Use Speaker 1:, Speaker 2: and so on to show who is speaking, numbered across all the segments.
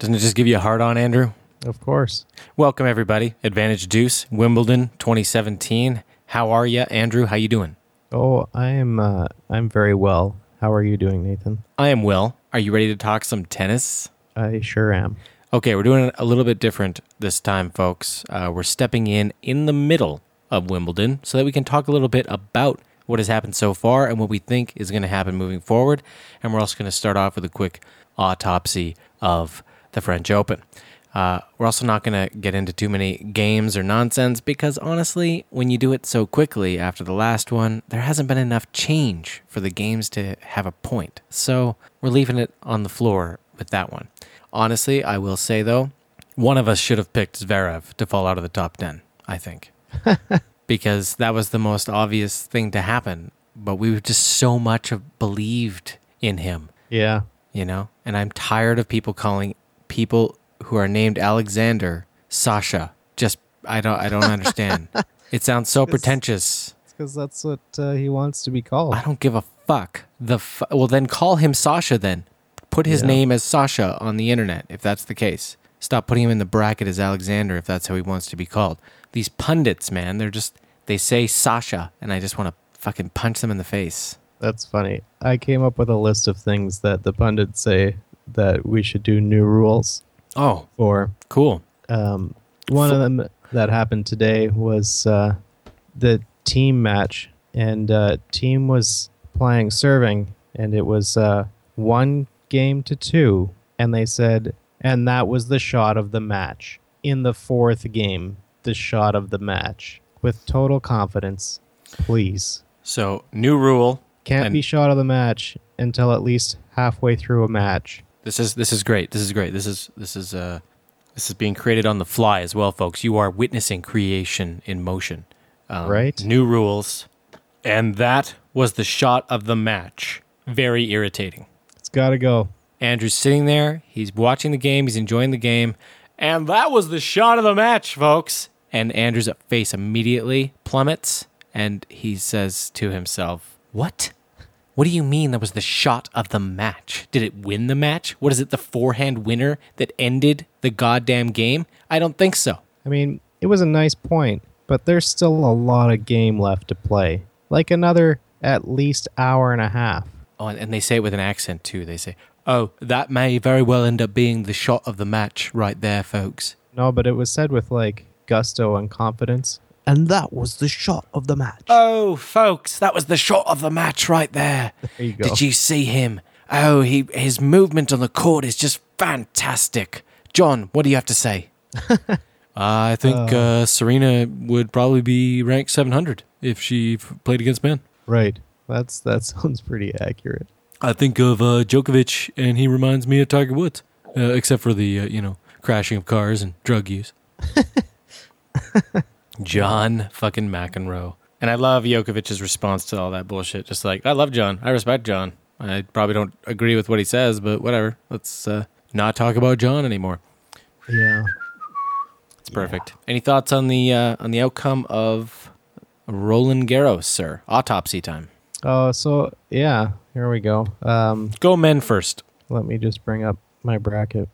Speaker 1: just give you a hard on, Andrew?
Speaker 2: Of course.
Speaker 1: Welcome everybody. Advantage Deuce, Wimbledon 2017. How are you, Andrew? How you doing?
Speaker 2: Oh, I am. Uh, I'm very well. How are you doing, Nathan?
Speaker 1: I am well. Are you ready to talk some tennis?
Speaker 2: I sure am.
Speaker 1: Okay, we're doing it a little bit different this time, folks. Uh, we're stepping in in the middle of Wimbledon so that we can talk a little bit about what has happened so far and what we think is going to happen moving forward. And we're also going to start off with a quick autopsy of the French Open. Uh, we're also not going to get into too many games or nonsense because honestly, when you do it so quickly after the last one, there hasn't been enough change for the games to have a point. So we're leaving it on the floor with that one. Honestly, I will say though, one of us should have picked Zverev to fall out of the top 10, I think. because that was the most obvious thing to happen. But we were just so much of- believed in him,
Speaker 2: Yeah.
Speaker 1: you know? And I'm tired of people calling people who are named Alexander Sasha. Just I don't I don't understand. it sounds so pretentious.
Speaker 2: It's because that's what uh, he wants to be called.
Speaker 1: I don't give a fuck. The fu- well, then call him Sasha. Then put his
Speaker 2: Yeah.
Speaker 1: name as Sasha on the internet if that's the case. Stop putting him in the bracket as Alexander if that's how he wants to be called. These pundits, man, they're just they say Sasha, and I just want to fucking punch them in the face.
Speaker 2: That's funny. I came up with a list of things that the pundits say that we should do new rules
Speaker 1: Oh,
Speaker 2: for.
Speaker 1: cool.
Speaker 2: Um, one of them that happened today was uh, the team match, and uh, team was playing serving, and it was uh, one game to two, and they said, and that was the shot of the match in the fourth game, the shot of the match with total confidence, please.
Speaker 1: So new rule.
Speaker 2: Can't
Speaker 1: And-
Speaker 2: be shot of the match until at least halfway through a match.
Speaker 1: This is this is great. This is great. This is this is uh this is being created on the fly as well, folks. You are witnessing creation in motion. Um,
Speaker 2: Right.
Speaker 1: New rules, and that was the shot of the match. Very irritating.
Speaker 2: It's got to go.
Speaker 1: Andrew's sitting there. He's watching the game. He's enjoying the game, and that was the shot of the match, folks. And Andrew's face immediately plummets, and he says to himself, "What?" What do you mean that was the shot of the match? Did it win the match? What is it, the forehand winner that ended the goddamn game? I don't think so.
Speaker 2: I mean, it was a nice point, but there's still a lot of game left to play. Like another at least hour and a half.
Speaker 1: Oh, and, and they say it with an accent too. They say, oh, that may very well end up being the shot of the match right there, folks.
Speaker 2: No, but it was said with like gusto and confidence. And that was the shot of the match.
Speaker 1: Oh, folks, that was the shot of the match right there.
Speaker 2: There you go.
Speaker 1: Did you see him? Oh, he, his movement on the court is just fantastic. John, what do you have to say? I think uh, Serena would probably be ranked 700 if she f- played against men.
Speaker 2: right. That's that sounds pretty accurate.
Speaker 1: I think of uh, Djokovic, and he reminds me of Tiger Woods, uh, except for the uh, you know crashing of cars and drug use. John fucking McEnroe, and I love Djokovic's response to all that bullshit. Just like I love John, I respect John. I probably don't agree with what he says, but whatever. Let's uh, not talk about John anymore.
Speaker 2: Yeah.
Speaker 1: It's perfect. Any thoughts on the uh, on the outcome of Roland Garros, sir? Autopsy time.
Speaker 2: Oh, so yeah, here we go. Um,
Speaker 1: Go men first.
Speaker 2: let me just bring up my bracket.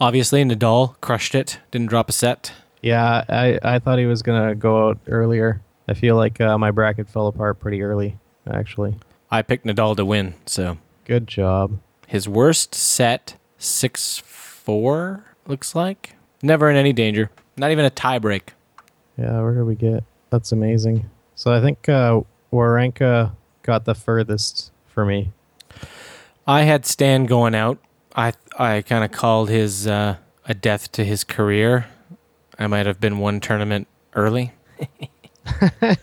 Speaker 1: Obviously, Nadal crushed it. Didn't drop a set.
Speaker 2: Yeah, I, I thought he was gonna go out earlier. I feel like uh, my bracket fell apart pretty early, actually.
Speaker 1: I picked Nadal to win, so
Speaker 2: Good job.
Speaker 1: his worst set six four looks like never in any danger. Not even a tie break.
Speaker 2: Yeah, where did we get? That's amazing. So I think uh, Warenka got the furthest for me.
Speaker 1: I had Stan going out. I I kind of called his uh, a death to his career. I might have been one tournament early.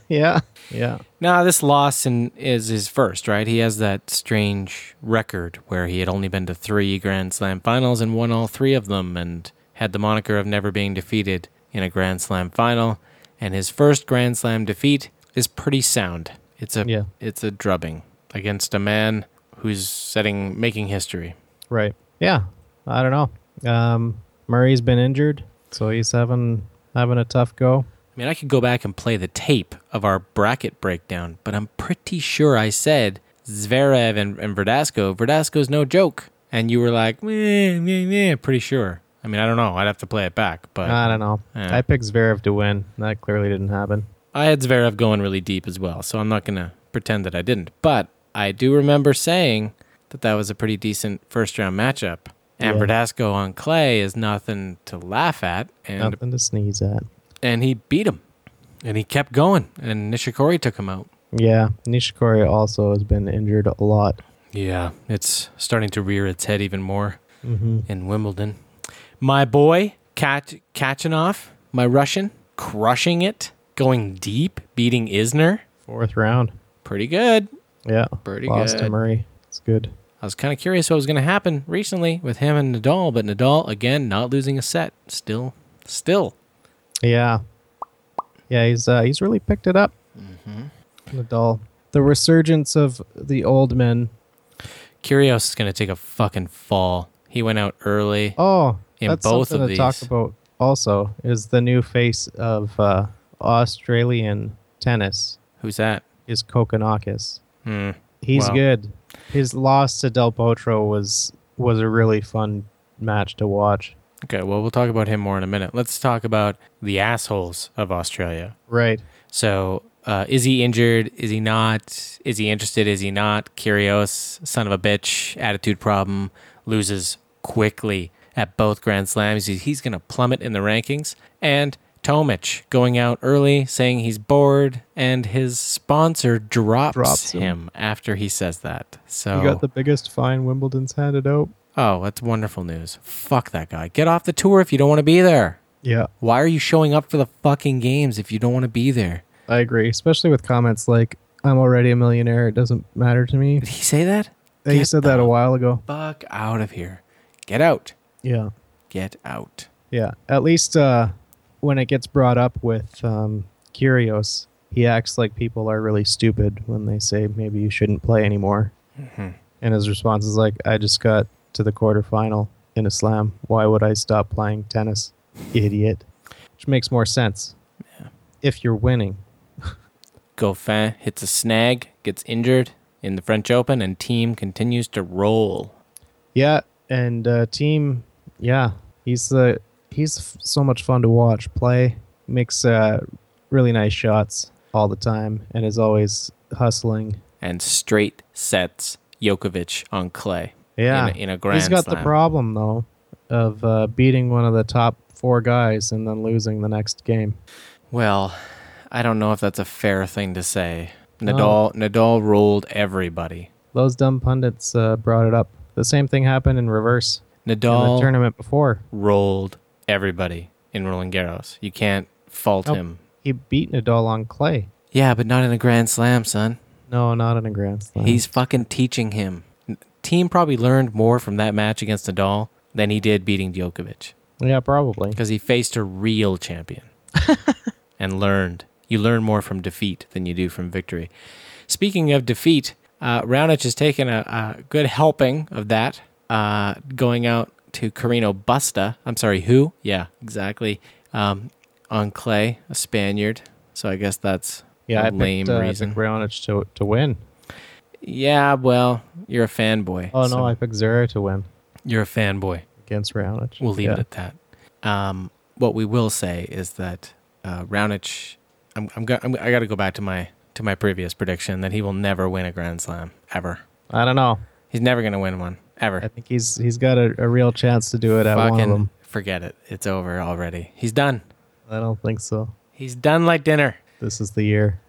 Speaker 2: Yeah, yeah,
Speaker 1: Nah, this loss in, is his first, right? He has that strange record where he had only been to three Grand Slam finals and won all three of them and had the moniker of never being defeated in a Grand Slam final. And his first Grand Slam defeat is pretty sound. It's a
Speaker 2: Yeah.
Speaker 1: it's a drubbing against a man who's setting making history.
Speaker 2: right. Yeah, I don't know. Um, Murray's been injured, so he's having having a tough go.
Speaker 1: I mean, I could go back and play the tape of our bracket breakdown, but I'm pretty sure I said Zverev and, and Verdasco. Verdasco's no joke. And you were like, meh, meh, meh, pretty sure. I mean, I don't know. I'd have to play it back, but
Speaker 2: I don't know.
Speaker 1: Yeah.
Speaker 2: I picked Zverev to win. That clearly didn't happen.
Speaker 1: I had Zverev going really deep as well, so I'm not going to pretend that I didn't. But I do remember saying that that was a pretty decent first round matchup. And
Speaker 2: Yeah.
Speaker 1: Verdasco on clay is nothing to laugh at, and
Speaker 2: Nothing to sneeze at.
Speaker 1: and he beat him, and he kept going, and Nishikori took him out.
Speaker 2: Yeah, Nishikori also has been injured a lot.
Speaker 1: Yeah, it's starting to rear its head even more
Speaker 2: hmm
Speaker 1: in Wimbledon. My boy Kat Kachanov, my Russian, crushing it, going deep, beating Isner,
Speaker 2: Fourth round.
Speaker 1: pretty good.
Speaker 2: Yeah,
Speaker 1: Pretty
Speaker 2: lost to
Speaker 1: good.
Speaker 2: Murray. It's good.
Speaker 1: I was kind of curious what was going to happen recently with him and Nadal, but Nadal again not losing a set, still, still.
Speaker 2: Yeah, yeah. He's uh, he's really picked it up. Mm-hmm. Nadal. The resurgence of the old men.
Speaker 1: Kyrgios is going to take a fucking fall. He went out early.
Speaker 2: Oh,
Speaker 1: In
Speaker 2: that's
Speaker 1: both
Speaker 2: something
Speaker 1: of
Speaker 2: to talk
Speaker 1: these.
Speaker 2: about. Also, is the new face of uh, Australian tennis
Speaker 1: Who's that?
Speaker 2: is Kokonakis.
Speaker 1: Hmm.
Speaker 2: He's
Speaker 1: Wow.
Speaker 2: good. His loss to Del Potro was was a really fun match to watch.
Speaker 1: Okay, well, we'll talk about him more in a minute. Let's talk about the assholes of Australia.
Speaker 2: Right.
Speaker 1: So, uh, is he injured? Is he not? Is he interested? Is he not? Kyrgios, son of a bitch, attitude problem, loses quickly at both Grand Slams. He- He's going to plummet in the rankings. And Tomic going out early, saying he's bored, and his sponsor drops,
Speaker 2: Drops
Speaker 1: him.
Speaker 2: him.
Speaker 1: after he says that. So,
Speaker 2: You got the biggest fine Wimbledon's handed out.
Speaker 1: oh, that's wonderful news. Fuck that guy. Get off the tour if you don't want to be there.
Speaker 2: Yeah,
Speaker 1: Why are you showing up for the fucking games if you don't want to be there?
Speaker 2: I agree. Especially with comments like "I'm already a millionaire. It doesn't matter to me."
Speaker 1: Did he say that?
Speaker 2: They
Speaker 1: Get
Speaker 2: said that a
Speaker 1: the
Speaker 2: while ago.
Speaker 1: fuck out of here. Get out.
Speaker 2: Yeah,
Speaker 1: Get out.
Speaker 2: yeah. At least uh, when it gets brought up with um, Curios, he acts like people are really stupid when they say maybe you shouldn't play anymore. And his response is like, "I just got to the quarterfinal in a slam. Why would I stop playing tennis, idiot?" Which makes more sense if you're winning.
Speaker 1: Goffin hits a snag, gets injured in the French Open, and team continues to roll.
Speaker 2: Yeah, and uh, team, yeah, he's the he's f- so much fun to watch play. Makes uh, really nice shots all the time, and is always hustling.
Speaker 1: And straight sets Djokovic on clay.
Speaker 2: Yeah,
Speaker 1: In a, in a grand
Speaker 2: he's got the
Speaker 1: slam.
Speaker 2: problem though of uh, beating one of the top four guys and then losing the next game.
Speaker 1: Well, I don't know if that's a fair thing to say.
Speaker 2: No.
Speaker 1: Nadal Nadal rolled everybody.
Speaker 2: Those dumb pundits uh, brought it up. The same thing happened in reverse in the
Speaker 1: Nadal
Speaker 2: tournament before.
Speaker 1: rolled everybody in Roland Garros. You can't fault
Speaker 2: Nope.
Speaker 1: him.
Speaker 2: He beat Nadal on clay.
Speaker 1: Yeah, but not in a grand slam, son.
Speaker 2: No, not in a grand slam.
Speaker 1: He's fucking teaching him. Team probably learned more from that match against Nadal than he did beating Djokovic
Speaker 2: yeah, probably.
Speaker 1: because he faced a real champion and learned. You learn more from defeat than you do from victory. Speaking of defeat, uh, Raonic has taken a, a good helping of that, uh, going out to Carino Busta. I'm sorry, who? Yeah, exactly. Um, on clay, a Spaniard. So I guess that's
Speaker 2: Yeah, I
Speaker 1: a lame
Speaker 2: picked, uh, I
Speaker 1: reason.
Speaker 2: picked Raonic to to win.
Speaker 1: Yeah, well, you're a fanboy.
Speaker 2: Oh
Speaker 1: so-
Speaker 2: no, I picked Zara to win
Speaker 1: You're a fanboy.
Speaker 2: against Raonic.
Speaker 1: We'll leave
Speaker 2: Yeah.
Speaker 1: it at that. Um, what we will say is that uh, Raonic, I'm, I'm, go- I'm I got to go back to my to my previous prediction that he will never win a Grand Slam ever.
Speaker 2: I don't know.
Speaker 1: He's never going to win one ever.
Speaker 2: I think he's he's got a, a real chance to do it at one of them.
Speaker 1: forget it. It's over already. He's done.
Speaker 2: I don't think so.
Speaker 1: He's done like dinner.
Speaker 2: This is the year.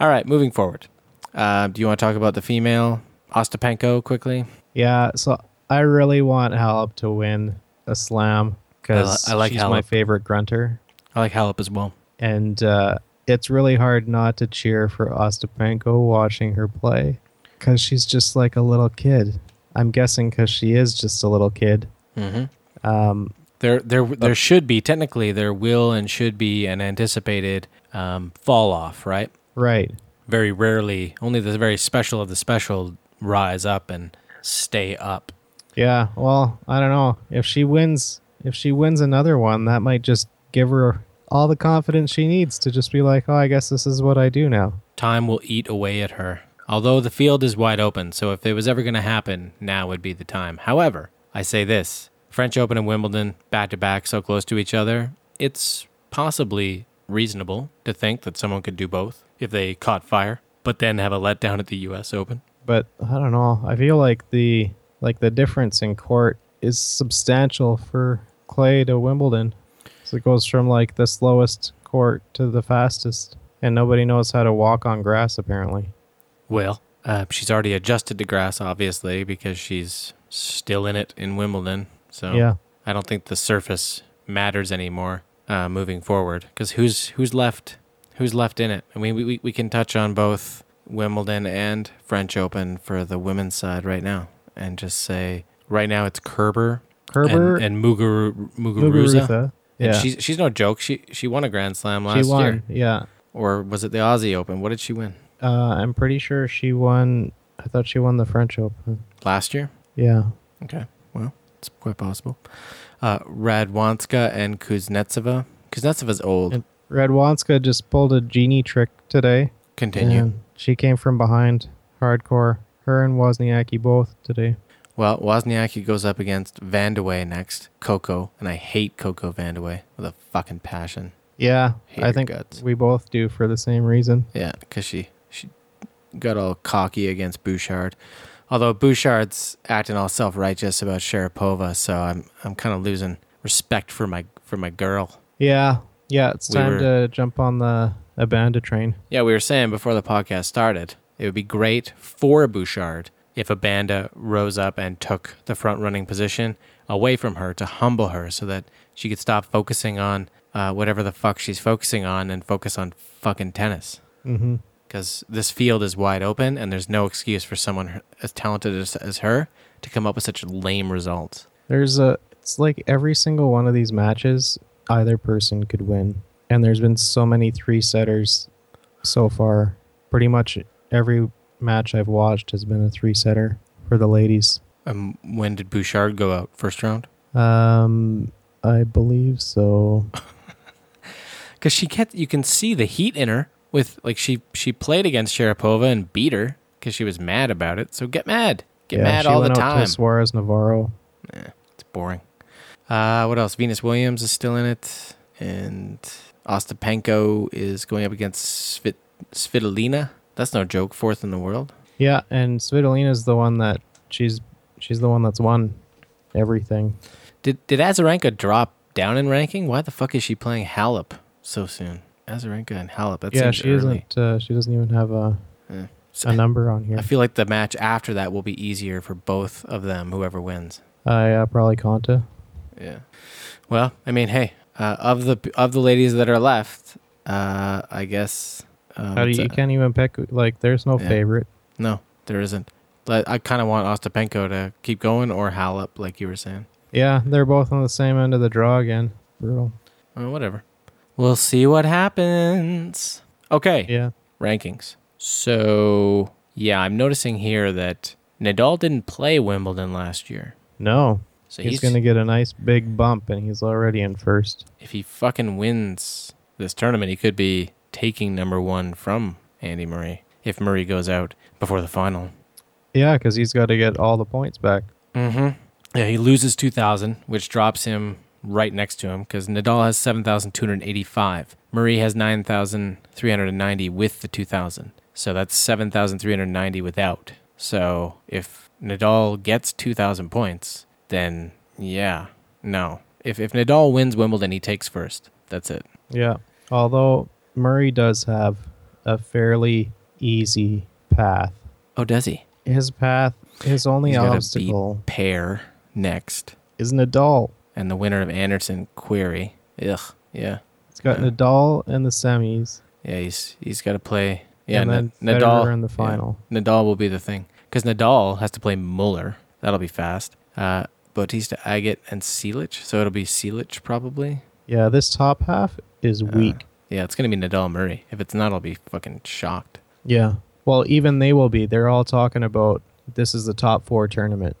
Speaker 1: All right, moving forward. Uh, do you want to talk about the female Ostapenko quickly?
Speaker 2: Yeah. So I really want Halep to win a slam because
Speaker 1: I li- I like
Speaker 2: she's my
Speaker 1: Halep.
Speaker 2: favorite grunter,
Speaker 1: I like Halep as well.
Speaker 2: and uh, it's really hard not to cheer for Ostapenko watching her play because she's just like a little kid. I'm guessing because she is just a little kid.
Speaker 1: Mm-hmm.
Speaker 2: Um,
Speaker 1: There, there, there should be technically there will and should be an anticipated um, fall off, right?
Speaker 2: right.
Speaker 1: Very rarely, only the very special of the special rise up and stay up.
Speaker 2: Yeah, well, I don't know. If she wins, if she wins another one, that might just give her all the confidence she needs to just be like, "Oh, I guess this is what I do now."
Speaker 1: Time will eat away at her. Although the field is wide open, so if it was ever going to happen, now would be the time. However, I say this: French Open and Wimbledon back to back, so close to each other. It's possibly reasonable to think that someone could do both if they caught fire, but then have a letdown at the U.S. Open.
Speaker 2: but I don't know. I feel like the like the difference in court is substantial for clay to Wimbledon. So it goes from like the slowest court to the fastest, and nobody knows how to walk on grass apparently.
Speaker 1: Well, uh, she's already adjusted to grass, obviously, because she's still in it in Wimbledon. So
Speaker 2: Yeah.
Speaker 1: I don't think the surface matters anymore uh, moving forward because who's who's left who's left in it. I mean, we, we we can touch on both Wimbledon and French Open for the women's side right now, and just say right now it's Kerber,
Speaker 2: Kerber
Speaker 1: and, and Muguru, Muguruza.
Speaker 2: Muguruza.
Speaker 1: And
Speaker 2: Yeah.
Speaker 1: she's she's no joke. She she won a Grand Slam
Speaker 2: she
Speaker 1: last
Speaker 2: won.
Speaker 1: year,
Speaker 2: Yeah.
Speaker 1: or was it the Aussie Open? What did she win
Speaker 2: Uh, I'm pretty sure she won. I thought she won the French Open.
Speaker 1: last year?
Speaker 2: Yeah.
Speaker 1: Okay. Well, it's quite possible. Uh, Radwanska and Kuznetsova. Kuznetsova's old.
Speaker 2: And- Radwanska just pulled a genie trick today.
Speaker 1: Continue.
Speaker 2: and She came from behind hardcore. Her and Wozniacki both today.
Speaker 1: Well, Wozniacki goes up against Vandewey next. Coco. And I hate Coco Vandewey with a fucking passion.
Speaker 2: Yeah,
Speaker 1: Hate
Speaker 2: I
Speaker 1: her
Speaker 2: think
Speaker 1: guts.
Speaker 2: we both do for the same reason.
Speaker 1: Yeah, because she, she got all cocky against Bouchard. Although Bouchard's acting all self righteous about Sharapova, so I'm I'm kind of losing respect for my for my girl.
Speaker 2: Yeah, yeah, it's
Speaker 1: We
Speaker 2: time
Speaker 1: were-
Speaker 2: to jump on the Abanda train.
Speaker 1: Yeah, we were saying before the podcast started, it would be great for Bouchard if Abanda rose up and took the front running position away from her to humble her so that she could stop focusing on uh, whatever the fuck she's focusing on and focus on fucking tennis.
Speaker 2: hmm
Speaker 1: Because this field is wide open and there's no excuse for someone her- as talented as, as her to come up with such lame results.
Speaker 2: There's a. It's like every single one of these matches, either person could win, and there's been so many three setters so far. Pretty much every match I've watched has been a three setter for the ladies.
Speaker 1: Um, when did Bouchard go out? First round?
Speaker 2: Um, I believe so.
Speaker 1: because she kept you can see the heat in her with like she she played against Sharapova and beat her because she was mad about it. So get mad, get
Speaker 2: Yeah,
Speaker 1: mad
Speaker 2: she
Speaker 1: all the
Speaker 2: went out
Speaker 1: time.
Speaker 2: To Suarez Navarro.
Speaker 1: It's boring. Uh, what else? Venus Williams is still in it, and Ostapenko is going up against Svit- Svitolina. That's no joke. Fourth in the world.
Speaker 2: Yeah, and Svitolina's the one that she's she's the one that's won everything.
Speaker 1: Did did Azarenka drop down in ranking? Why the fuck is she playing Halep so soon? Azarenka and Halep. That
Speaker 2: yeah,
Speaker 1: seems
Speaker 2: she
Speaker 1: early.
Speaker 2: isn't. Uh, she doesn't even have a
Speaker 1: Yeah.
Speaker 2: a number on here.
Speaker 1: I feel like the match after that will be easier for both of them, whoever wins.
Speaker 2: I uh, probably Conta.
Speaker 1: Yeah. Well, I mean, hey, uh, of the of the ladies that are left, uh, I guess. Um,
Speaker 2: How do you, you can't even pick like there's no
Speaker 1: Yeah.
Speaker 2: favorite.
Speaker 1: no, there isn't. But I kind of want Ostapenko to keep going or Halep, like you were saying.
Speaker 2: Yeah, they're both on the same end of the draw again. Brutal.
Speaker 1: Well, whatever. We'll see what happens. Okay,
Speaker 2: Yeah.
Speaker 1: rankings. So yeah, I'm noticing here that Nadal didn't play Wimbledon last year,
Speaker 2: No.
Speaker 1: so
Speaker 2: he's, gonna get a nice big bump and he's already in first.
Speaker 1: if he fucking wins this tournament, he could be taking number one from Andy Murray if Murray goes out before the final.
Speaker 2: Yeah, because he's got to get all the points back.
Speaker 1: Mm-hmm. Yeah, he loses 2,000, which drops him right next to him because Nadal has 7,285. Murray has 9,390 with the 2,000. So that's 7,390 without. So if Nadal gets 2,000 points, then yeah, no. If, if Nadal wins Wimbledon, he takes first. That's it.
Speaker 2: Yeah. Although Murray does have a fairly easy path.
Speaker 1: Oh, does he?
Speaker 2: His path, his only
Speaker 1: He's gotta
Speaker 2: obstacle
Speaker 1: pair next,
Speaker 2: is Nadal.
Speaker 1: and the winner of Anderson Query. Ugh. Yeah.
Speaker 2: It's got
Speaker 1: Yeah.
Speaker 2: Nadal in the semis.
Speaker 1: Yeah. He's he's got to play. Yeah.
Speaker 2: and then
Speaker 1: Na-
Speaker 2: Nadal
Speaker 1: Nadal
Speaker 2: in the
Speaker 1: yeah,
Speaker 2: final.
Speaker 1: Nadal will be the thing because Nadal has to play Muller. That'll be fast. Uh, Bautista Agate and Celic. So it'll be Celic probably.
Speaker 2: Yeah, this top half
Speaker 1: Uh,
Speaker 2: is weak.
Speaker 1: Yeah. It's gonna be Nadal Murray. If it's not, I'll be fucking shocked.
Speaker 2: Yeah. Well, even they will be. They're all talking about this is the top four tournament.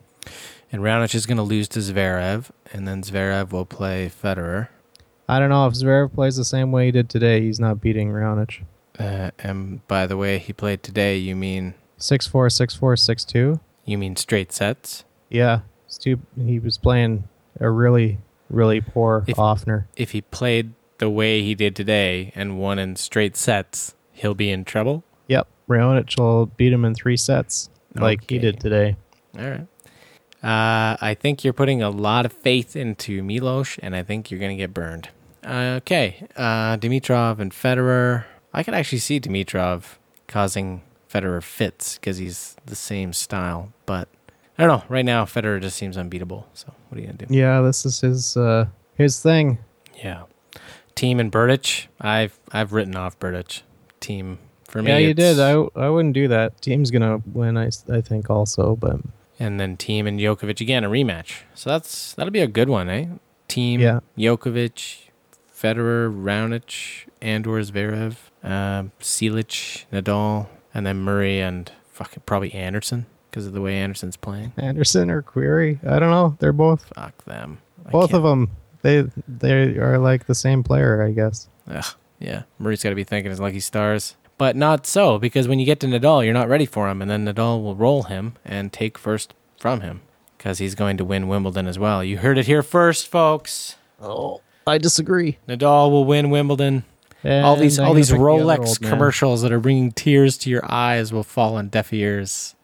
Speaker 1: And Raonic is gonna lose to Zverev, and then Zverev will play Federer.
Speaker 2: I don't know if Zverev plays the same way he did today. He's not beating Raonic.
Speaker 1: Uh, and by the way, he played today. You mean
Speaker 2: Six four, six four, six two.
Speaker 1: you mean straight sets?
Speaker 2: Yeah, it's too. He was playing a really really poor
Speaker 1: If-
Speaker 2: offner.
Speaker 1: If he played the way he did today and won in straight sets, he'll be in trouble.
Speaker 2: Yep, Raonic will beat him in three sets like he
Speaker 1: Okay.
Speaker 2: did today.
Speaker 1: All right. Uh, I think you're putting a lot of faith into Milos, and I think you're going to get burned. Okay. Uh, Dimitrov and Federer. I could actually see Dimitrov causing Federer fits because he's the same style. But I don't know. Right now, Federer just seems unbeatable. So what are you going to do?
Speaker 2: Yeah, this is his uh his thing.
Speaker 1: Yeah. Team and Burditch. I've I've written off Burditch. Team for me.
Speaker 2: yeah, you
Speaker 1: it's-
Speaker 2: did. I I wouldn't do that. Team's gonna win. I s- I think also, but
Speaker 1: and then Team and Djokovic again a rematch. So that's that'll be a good one, eh? Team
Speaker 2: Yeah.
Speaker 1: Djokovic, Federer, Raonic, Andor, Zverev, um, Cilic, Nadal, and then Murray and fucking probably Anderson because of the way Anderson's playing.
Speaker 2: Anderson or Query, I don't know. They're both
Speaker 1: Fuck them. I
Speaker 2: both
Speaker 1: can't-
Speaker 2: of them. They they are like the same player, I guess.
Speaker 1: Ugh, yeah. Murray's got to be thinking his lucky stars. But not so, because when you get to Nadal, you're not ready for him, and then Nadal will roll him and take first from him because he's going to win Wimbledon as well. You heard it here first, folks.
Speaker 2: Oh, I disagree.
Speaker 1: Nadal will win Wimbledon. all these all these Rolex commercials that are bringing tears to your eyes will fall on deaf ears.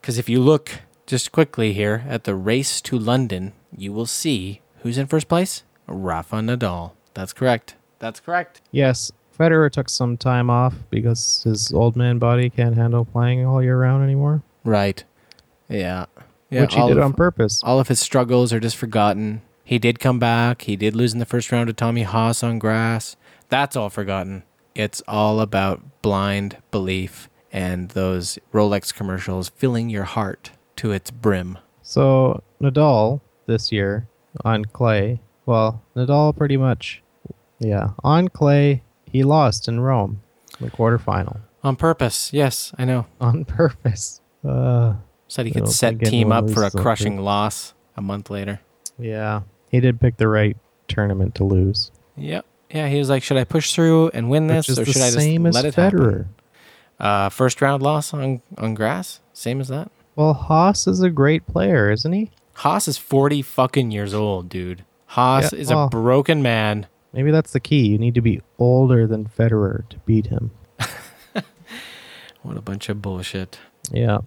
Speaker 1: Because if you look just quickly here at the race to London, you will see who's in first place. Rafa Nadal. That's correct. That's correct.
Speaker 2: Yes, Federer took some time off because his old man body can't handle playing all year round anymore,
Speaker 1: Right. Yeah. Yeah.
Speaker 2: which he
Speaker 1: all
Speaker 2: did
Speaker 1: of-
Speaker 2: on purpose.
Speaker 1: all of his struggles are just forgotten. He did come back. He did lose in the first round to Tommy Haas on grass. That's all forgotten. It's all about blind belief and those Rolex commercials filling your heart to its brim.
Speaker 2: So Nadal this year on clay. Well, Nadal pretty much, yeah, on clay he lost in Rome, the quarterfinal
Speaker 1: On purpose. Yes, I know.
Speaker 2: on purpose. Uh,
Speaker 1: Said he
Speaker 2: I
Speaker 1: could
Speaker 2: don't
Speaker 1: set
Speaker 2: think
Speaker 1: team up
Speaker 2: anyone
Speaker 1: for a
Speaker 2: loses that
Speaker 1: crushing loss a month later.
Speaker 2: yeah, he did pick the right tournament to lose,
Speaker 1: Yep. Yeah, he was like, should I push through and win this,
Speaker 2: which is
Speaker 1: or
Speaker 2: the
Speaker 1: should I just
Speaker 2: same as
Speaker 1: let it happen?
Speaker 2: Federer.
Speaker 1: Uh, first round loss on on grass, same as that.
Speaker 2: Well, Haas is a great player, isn't he?
Speaker 1: Haas is 40 fucking years old, dude. Haas
Speaker 2: Yeah,
Speaker 1: is a
Speaker 2: well-
Speaker 1: broken man.
Speaker 2: Maybe that's the key. You need to be older than Federer to beat him.
Speaker 1: What a bunch of bullshit.
Speaker 2: Yeah.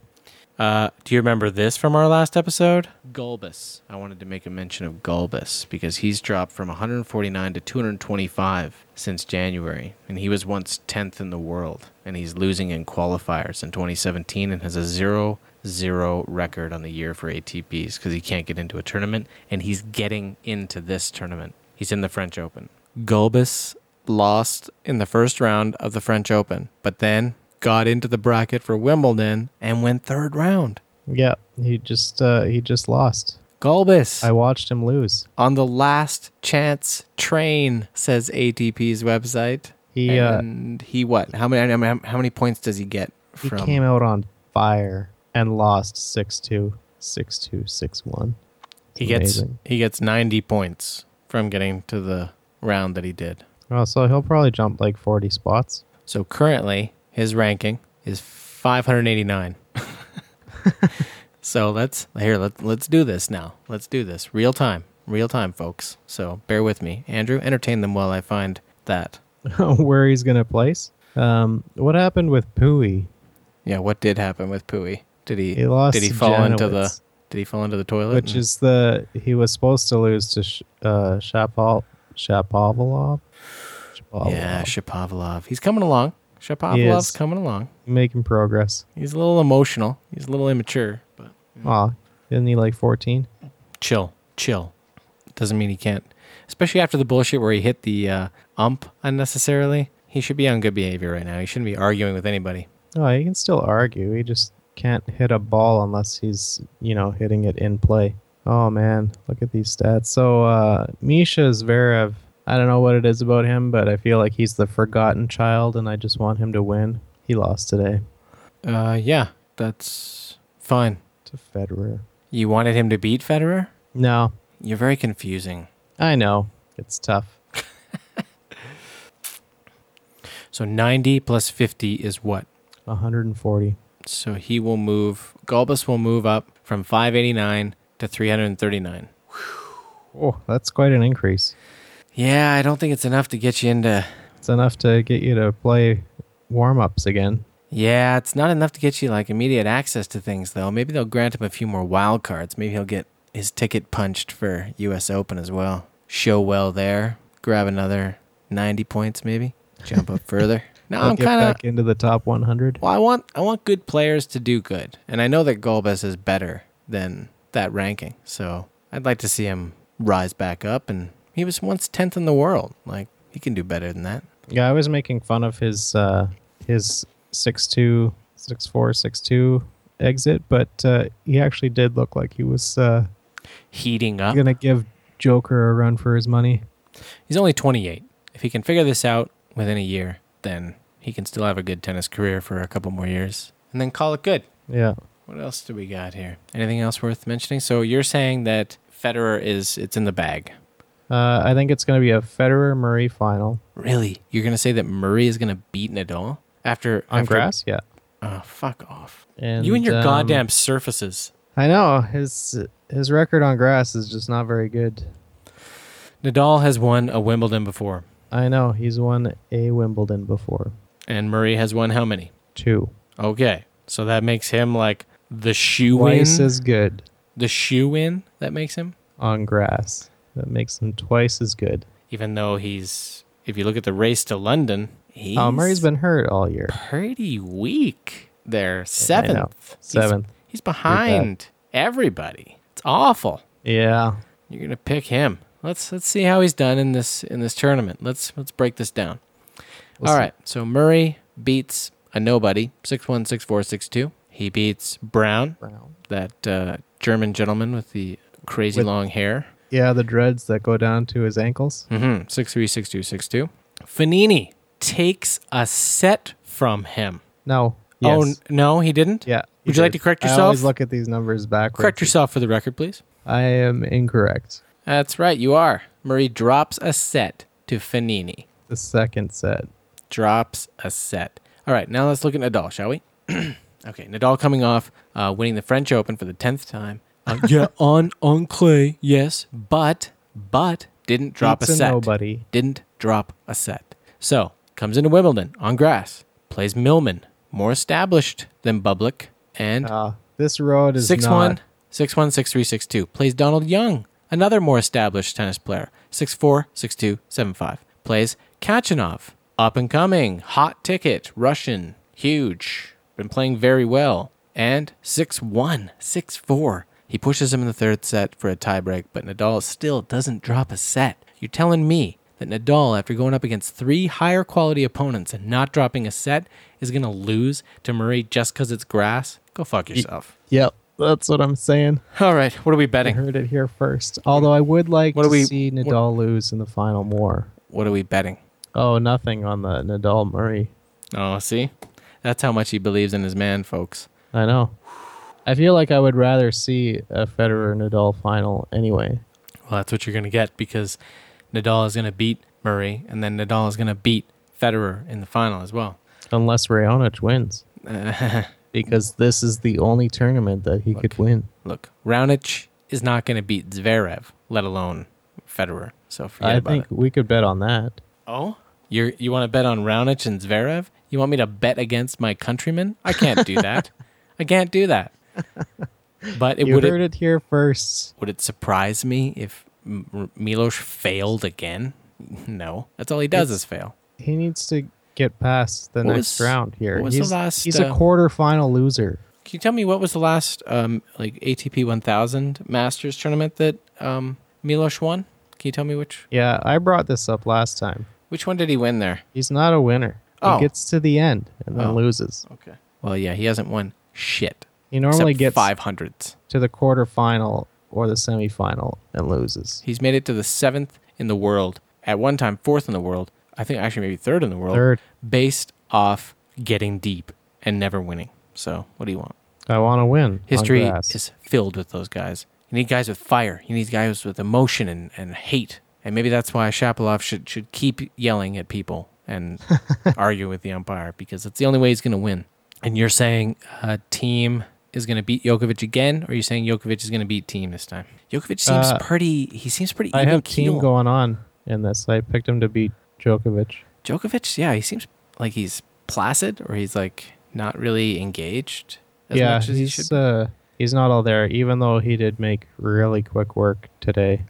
Speaker 1: Uh, do you remember this from our last episode? Gulbis. I wanted to make a mention of Gulbis because he's dropped from 149 to 225 since January, and he was once 10th in the world, and he's losing in qualifiers in 2017 and has a 0 0 record on the year for ATPs because he can't get into a tournament, and he's getting into this tournament. He's in the French Open. Gulbis lost in the first round of the French Open, but then got into the bracket for Wimbledon and went third round.
Speaker 2: Yeah, he just uh, he just lost.
Speaker 1: Gulbis
Speaker 2: I watched him lose.
Speaker 1: on the last chance train says ATP's website.
Speaker 2: He uh,
Speaker 1: and he what? How many I mean, how many points does he get
Speaker 2: he
Speaker 1: from
Speaker 2: came out on fire and lost 6-2, 6-2, 6-1.
Speaker 1: He gets
Speaker 2: Amazing.
Speaker 1: he gets 90 points from getting to the round that he did.
Speaker 2: Oh, so he'll probably jump like 40 spots.
Speaker 1: So currently, his ranking is 589. so let's here let let's do this now. Let's do this real time, real time, folks. So bear with me, Andrew. Entertain them while I find that.
Speaker 2: Where he's going to place. Um, what happened with Pui?
Speaker 1: Yeah, what did happen with Pui? Did he,
Speaker 2: He lost
Speaker 1: did he
Speaker 2: to
Speaker 1: fall into the
Speaker 2: Janowitz,
Speaker 1: did he fall into the toilet?
Speaker 2: which
Speaker 1: and-
Speaker 2: is the he was supposed to lose to Sh- uh Shapal Shapovalov. Shapovalov.
Speaker 1: yeah, Shapovalov. He's coming along. Shapovalov's
Speaker 2: is.
Speaker 1: coming along.
Speaker 2: making progress.
Speaker 1: He's a little emotional. He's a little immature, but
Speaker 2: Aw, isn't he like 14?
Speaker 1: chill, chill. Doesn't mean he can't. Especially after the bullshit where he hit the uh, ump unnecessarily. He should be on good behavior right now. He shouldn't be arguing with anybody.
Speaker 2: Oh, he can still argue. He just can't hit a ball unless he's, you know, hitting it in play. Oh man, look at these stats. So uh Misha Zverev, I don't know what it is about him, but I feel like he's the forgotten child and I just want him to win. He lost today
Speaker 1: Uh, yeah, that's fine.
Speaker 2: to Federer.
Speaker 1: You wanted him to beat Federer?
Speaker 2: No,
Speaker 1: You're very confusing.
Speaker 2: I know. It's tough.
Speaker 1: So 90 plus 50 is what?
Speaker 2: 140.
Speaker 1: So he will move, Galbus will move up from 589 to 339.
Speaker 2: Oh, that's quite an increase.
Speaker 1: Yeah, I don't think it's enough to get you into.
Speaker 2: It's enough to get you to play warm ups again.
Speaker 1: Yeah, it's not enough to get you like immediate access to things though. Maybe they'll grant him a few more wild cards. Maybe he'll get his ticket punched for U.S. Open as well. Show well there, grab another ninety points maybe, jump up further. No,
Speaker 2: I'll
Speaker 1: I'm
Speaker 2: get
Speaker 1: kind of
Speaker 2: back into the top 100.
Speaker 1: Well, I want I want good players to do good, and I know that Golbez is better than that ranking. So I'd like to see him rise back up. And he was once tenth in the world. Like he can do better than that.
Speaker 2: Yeah, I was making fun of his uh, his six two, six four, six two exit, but uh, he actually did look like he was uh,
Speaker 1: Heating up.
Speaker 2: gonna give Joker a run for his money.
Speaker 1: He's only 28. If he can figure this out within a year, then he can still have a good tennis career for a couple more years, and then call it good.
Speaker 2: Yeah,
Speaker 1: What else do we got here? Anything else worth mentioning? So you're saying that Federer is it's in the bag.
Speaker 2: uh, I think it's gonna be a Federer Murray final
Speaker 1: Really? You're gonna say that Murray is gonna beat Nadal after
Speaker 2: on
Speaker 1: after-
Speaker 2: grass. Yeah,
Speaker 1: Oh, fuck off.
Speaker 2: and
Speaker 1: you and your
Speaker 2: um,
Speaker 1: goddamn surfaces.
Speaker 2: I know his his record on grass is just not very good.
Speaker 1: Nadal has won a Wimbledon before,
Speaker 2: I know he's won a Wimbledon before
Speaker 1: and Murray has won how many?
Speaker 2: two
Speaker 1: Okay. So that makes him like the shoe in.
Speaker 2: twice as good
Speaker 1: The shoe in, that makes him.
Speaker 2: on grass. That makes him twice as good.
Speaker 1: Even though he's, if you look at the race to London, he's
Speaker 2: Oh, Murray's been hurt all year.
Speaker 1: pretty weak there.
Speaker 2: I know.
Speaker 1: Seventh.
Speaker 2: Seventh.
Speaker 1: He's, he's behind everybody. It's awful.
Speaker 2: Yeah.
Speaker 1: You're gonna pick him. Let's let's see how he's done in this in this tournament. Let's let's break this down.
Speaker 2: We'll
Speaker 1: All
Speaker 2: see.
Speaker 1: right. So Murray beats a nobody, 6 1, 6 4, 6 2. He beats Brown,
Speaker 2: Brown.
Speaker 1: that uh, German gentleman with the crazy
Speaker 2: With-
Speaker 1: long hair.
Speaker 2: Yeah, the dreads that go down to his ankles.
Speaker 1: Mm-hmm. 6 3, 6 2, 6 2. Fanini takes a set from him.
Speaker 2: No.
Speaker 1: Oh,
Speaker 2: Yes.
Speaker 1: n- no, he didn't?
Speaker 2: yeah.
Speaker 1: Would you like to correct
Speaker 2: I
Speaker 1: yourself?
Speaker 2: always look at these numbers backwards.
Speaker 1: Correct yourself for the record, please.
Speaker 2: I am incorrect.
Speaker 1: That's right. You are. Murray drops a set to Fanini.
Speaker 2: The second set.
Speaker 1: drops a set. All right, now let's look at Nadal, shall we? okay, Nadal coming off uh, winning the French Open for the tenth time. Uh, yeah, on on clay, yes, but but didn't drop
Speaker 2: Beats
Speaker 1: a set.
Speaker 2: Nobody.
Speaker 1: Didn't drop a set. So comes into Wimbledon on grass, plays Millman, more established than Bublik, and
Speaker 2: Uh, this road is
Speaker 1: Six
Speaker 2: not.
Speaker 1: one, six one, six three, six two. Plays Donald Young, another more established tennis player. Six four, six two, seven five. Plays Kachanov, up and coming, hot ticket, Russian, huge, been playing very well. And six one, six four. He pushes him in the third set for a tiebreak, but Nadal still doesn't drop a set. You're telling me that Nadal, after going up against three higher quality opponents and not dropping a set, is going to lose to Murray just because it's grass? Go fuck yourself.
Speaker 2: Yep. That's what I'm saying.
Speaker 1: All right, what are we
Speaker 2: I
Speaker 1: betting?
Speaker 2: heard it here first. Although I would like
Speaker 1: What
Speaker 2: to
Speaker 1: do we-
Speaker 2: see
Speaker 1: what-
Speaker 2: Nadal lose in the final more.
Speaker 1: What are we betting?
Speaker 2: Oh, nothing on the Nadal Murray.
Speaker 1: Oh, see? That's how much he believes in his man, folks.
Speaker 2: I know. I feel like I would rather see a Federer Nadal final anyway.
Speaker 1: Well, that's what you're going to get because Nadal is going to beat Murray, and then Nadal is going to beat Federer in the final as well.
Speaker 2: Unless Rayonic wins. because this is the only tournament that he could win.
Speaker 1: Look, Raonic is not going to beat Zverev, let alone Federer. So forget
Speaker 2: I
Speaker 1: about
Speaker 2: think
Speaker 1: it.
Speaker 2: we could bet on that.
Speaker 1: Oh, you you want to bet on Raonic and Zverev? You want me to bet against my countrymen? I can't do that. I can't do that. But it
Speaker 2: you
Speaker 1: would
Speaker 2: heard it here first.
Speaker 1: Would it surprise me if M- R- Milos failed again? No, that's all he does is fail.
Speaker 2: He needs to get past the
Speaker 1: What
Speaker 2: next
Speaker 1: was-
Speaker 2: round here.
Speaker 1: what was the
Speaker 2: he's
Speaker 1: last,
Speaker 2: he's a
Speaker 1: uh,
Speaker 2: quarterfinal loser.
Speaker 1: Can you tell me what was the last um, like ATP 1000 Masters tournament that um, Milos won? Can you tell me which
Speaker 2: Yeah, I brought this up last time.
Speaker 1: which one did he win there?
Speaker 2: He's not a winner.
Speaker 1: Oh.
Speaker 2: He gets to the end and then
Speaker 1: Oh.
Speaker 2: loses.
Speaker 1: Okay. Well, yeah, he hasn't won shit.
Speaker 2: He normally
Speaker 1: except
Speaker 2: gets
Speaker 1: 500s.
Speaker 2: to the quarterfinal or the semifinal and loses.
Speaker 1: He's made it to the seventh in the world. At one time, fourth in the world. I think actually maybe third in the world.
Speaker 2: Third.
Speaker 1: Based off getting deep and never winning. So what do you want?
Speaker 2: I want to win. on
Speaker 1: History
Speaker 2: grass.
Speaker 1: is filled with those guys. You need guys with fire. You need guys with emotion and, and hate. And maybe that's why Shapovalov should should keep yelling at people and argue with the umpire because it's the only way he's going to win. And you're saying a team is going to beat Jokovic again, or are you saying Jokovic is going to beat Team this time? Jokovic seems
Speaker 2: Uh,
Speaker 1: pretty. He seems pretty.
Speaker 2: I have
Speaker 1: even-keeled.
Speaker 2: team going on in this. I picked him to beat Djokovic.
Speaker 1: Djokovic, yeah, he seems like he's placid or he's like not really engaged as
Speaker 2: yeah,
Speaker 1: much as he
Speaker 2: he's
Speaker 1: should.
Speaker 2: uh, he's not all there. Even though he did make really quick work today.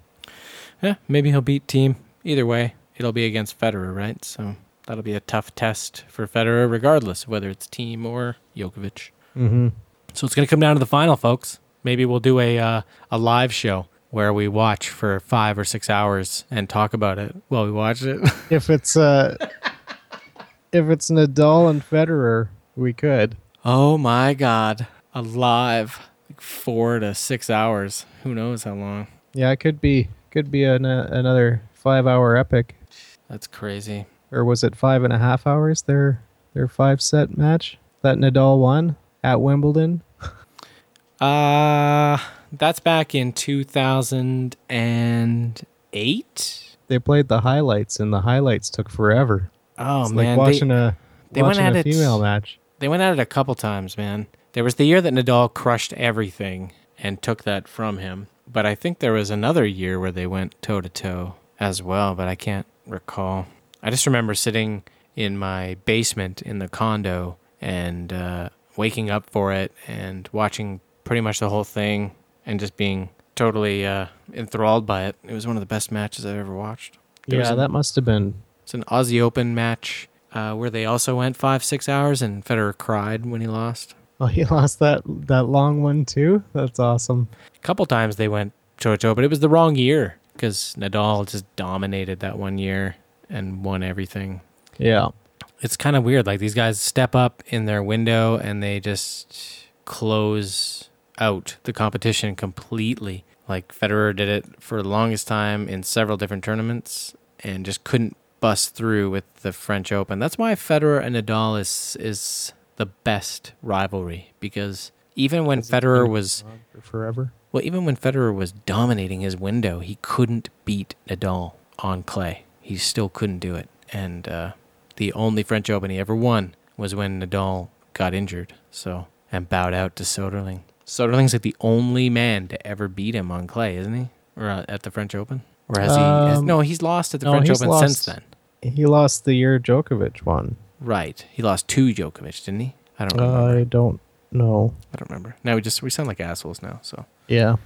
Speaker 1: Yeah, maybe he'll beat team. Either way, it'll be against Federer, right? So that'll be a tough test for Federer, regardless of whether it's team or Djokovic.
Speaker 2: Mm-hmm.
Speaker 1: So it's going to come down to the final, folks. Maybe we'll do a uh, a live show where we watch for five or six hours and talk about it while we watch it.
Speaker 2: If it's uh, if it's Nadal and Federer, we could.
Speaker 1: oh my God, a live like four to six hours. Who knows how long?
Speaker 2: Yeah, it could be could be an, uh, another five hour epic,
Speaker 1: That's crazy.
Speaker 2: or was it five and a half hours? Their their five set match that Nadal won at Wimbledon.
Speaker 1: Uh that's back in 2008.
Speaker 2: They played the highlights, and the highlights took forever.
Speaker 1: Oh
Speaker 2: it's
Speaker 1: man,
Speaker 2: like watching
Speaker 1: they,
Speaker 2: a
Speaker 1: they went
Speaker 2: watching
Speaker 1: at
Speaker 2: a
Speaker 1: it-
Speaker 2: female match.
Speaker 1: they went at it a couple times, man. There was the year that Nadal crushed everything and took that from him, but I think there was another year where they went toe to toe as well, but I can't recall. I just remember sitting in my basement in the condo and uh, waking up for it and watching pretty much the whole thing and just being totally uh, enthralled by it. It was one of the best matches I've ever watched. There was
Speaker 2: yeah,
Speaker 1: an-
Speaker 2: that must have been
Speaker 1: It's an Aussie Open match uh, where they also went five, six hours, and Federer cried when he lost.
Speaker 2: Oh, he lost that that long one too. That's awesome.
Speaker 1: A couple times they went toe to toe, but it was the wrong year because Nadal just dominated that one year and won everything.
Speaker 2: Yeah.
Speaker 1: It's kind of weird. Like these guys step up in their window and they just close out the competition completely. Like Federer did it for the longest time in several different tournaments and just couldn't bust through with the French Open. That's why Federer and Nadal is is the best rivalry because even when Federer was
Speaker 2: forever.
Speaker 1: well, even when Federer was dominating his window, he couldn't beat Nadal on clay. He still couldn't do it. And uh, the only French Open he ever won was when Nadal got injured. So and bowed out to Soderling. Soderling's like the only man to ever beat him on clay, isn't he? Or uh, at the French Open? Or has he? has-
Speaker 2: Um,
Speaker 1: no, he's lost at the
Speaker 2: no,
Speaker 1: French
Speaker 2: he's
Speaker 1: Open since
Speaker 2: lost.
Speaker 1: then.
Speaker 2: He lost the year Djokovic won.
Speaker 1: Right. He lost to Djokovic, didn't he? I
Speaker 2: Uh,
Speaker 1: don't remember.
Speaker 2: I don't know.
Speaker 1: I don't remember. Now we just we sound like assholes now. So
Speaker 2: Yeah.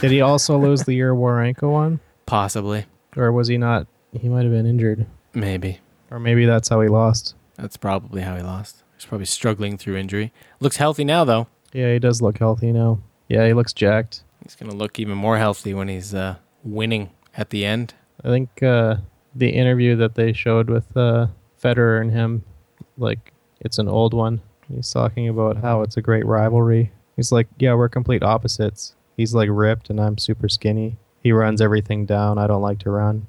Speaker 2: Did he also lose the year Warenko won,
Speaker 1: possibly,
Speaker 2: or was he not? He might have been injured,
Speaker 1: maybe.
Speaker 2: or maybe that's how he lost.
Speaker 1: That's probably how he lost. He's probably struggling through injury. Looks healthy now, though.
Speaker 2: Yeah, he does look healthy now. Yeah, he looks jacked.
Speaker 1: He's going to look even more healthy when he's uh, winning at the end.
Speaker 2: I think uh, the interview that they showed with uh, Federer and him, like it's an old one. He's talking about how it's a great rivalry. He's like, yeah, we're complete opposites. He's like ripped, and I'm super skinny. He runs everything down. I don't like to run.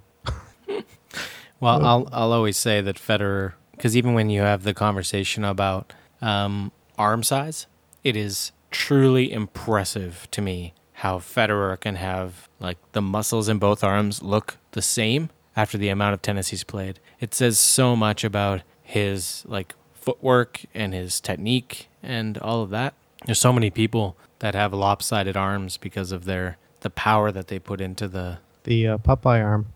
Speaker 1: Well, I'll, I'll always say that Federer, because even when you have the conversation about um, arm size, it is truly impressive to me how Federer can have like the muscles in both arms look the same after the amount of tennis he's played. It says so much about his like footwork and his technique and all of that. There's so many people that have lopsided arms because of their the power that they put into the
Speaker 2: The uh, Popeye arm.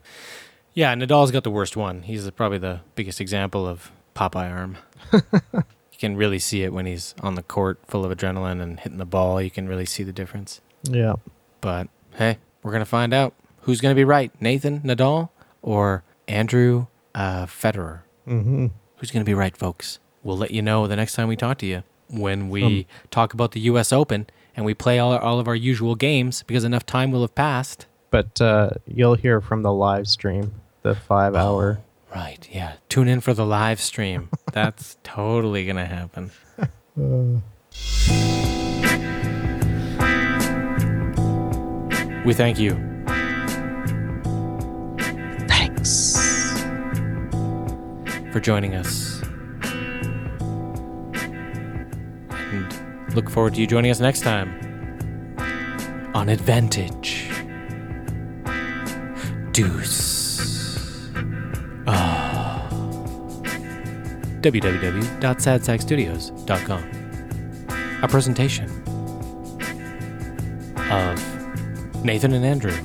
Speaker 1: yeah, Nadal's got the worst one. He's probably the biggest example of Popeye arm. you can really see it when he's on the court full of adrenaline and hitting the ball. You can really see the difference.
Speaker 2: Yeah.
Speaker 1: But hey, we're going to find out who's going to be right Nathan Nadal or Andrew uh, Federer.
Speaker 2: Mm-hmm.
Speaker 1: Who's going to be right, folks? We'll let you know the next time we talk to you when we talk about the U.S. Open and we play all, all of our usual games because enough time will have passed.
Speaker 2: But uh, you'll hear from the live stream, the five hour.
Speaker 1: Right. Yeah. Tune in for the live stream. That's totally going to happen. We thank you.
Speaker 2: Thanks.
Speaker 1: for joining us. And look forward to you joining us next time on Advantage. Deuce. Ah. www.sadsackstudios.com. A presentation of Nathan and Andrew.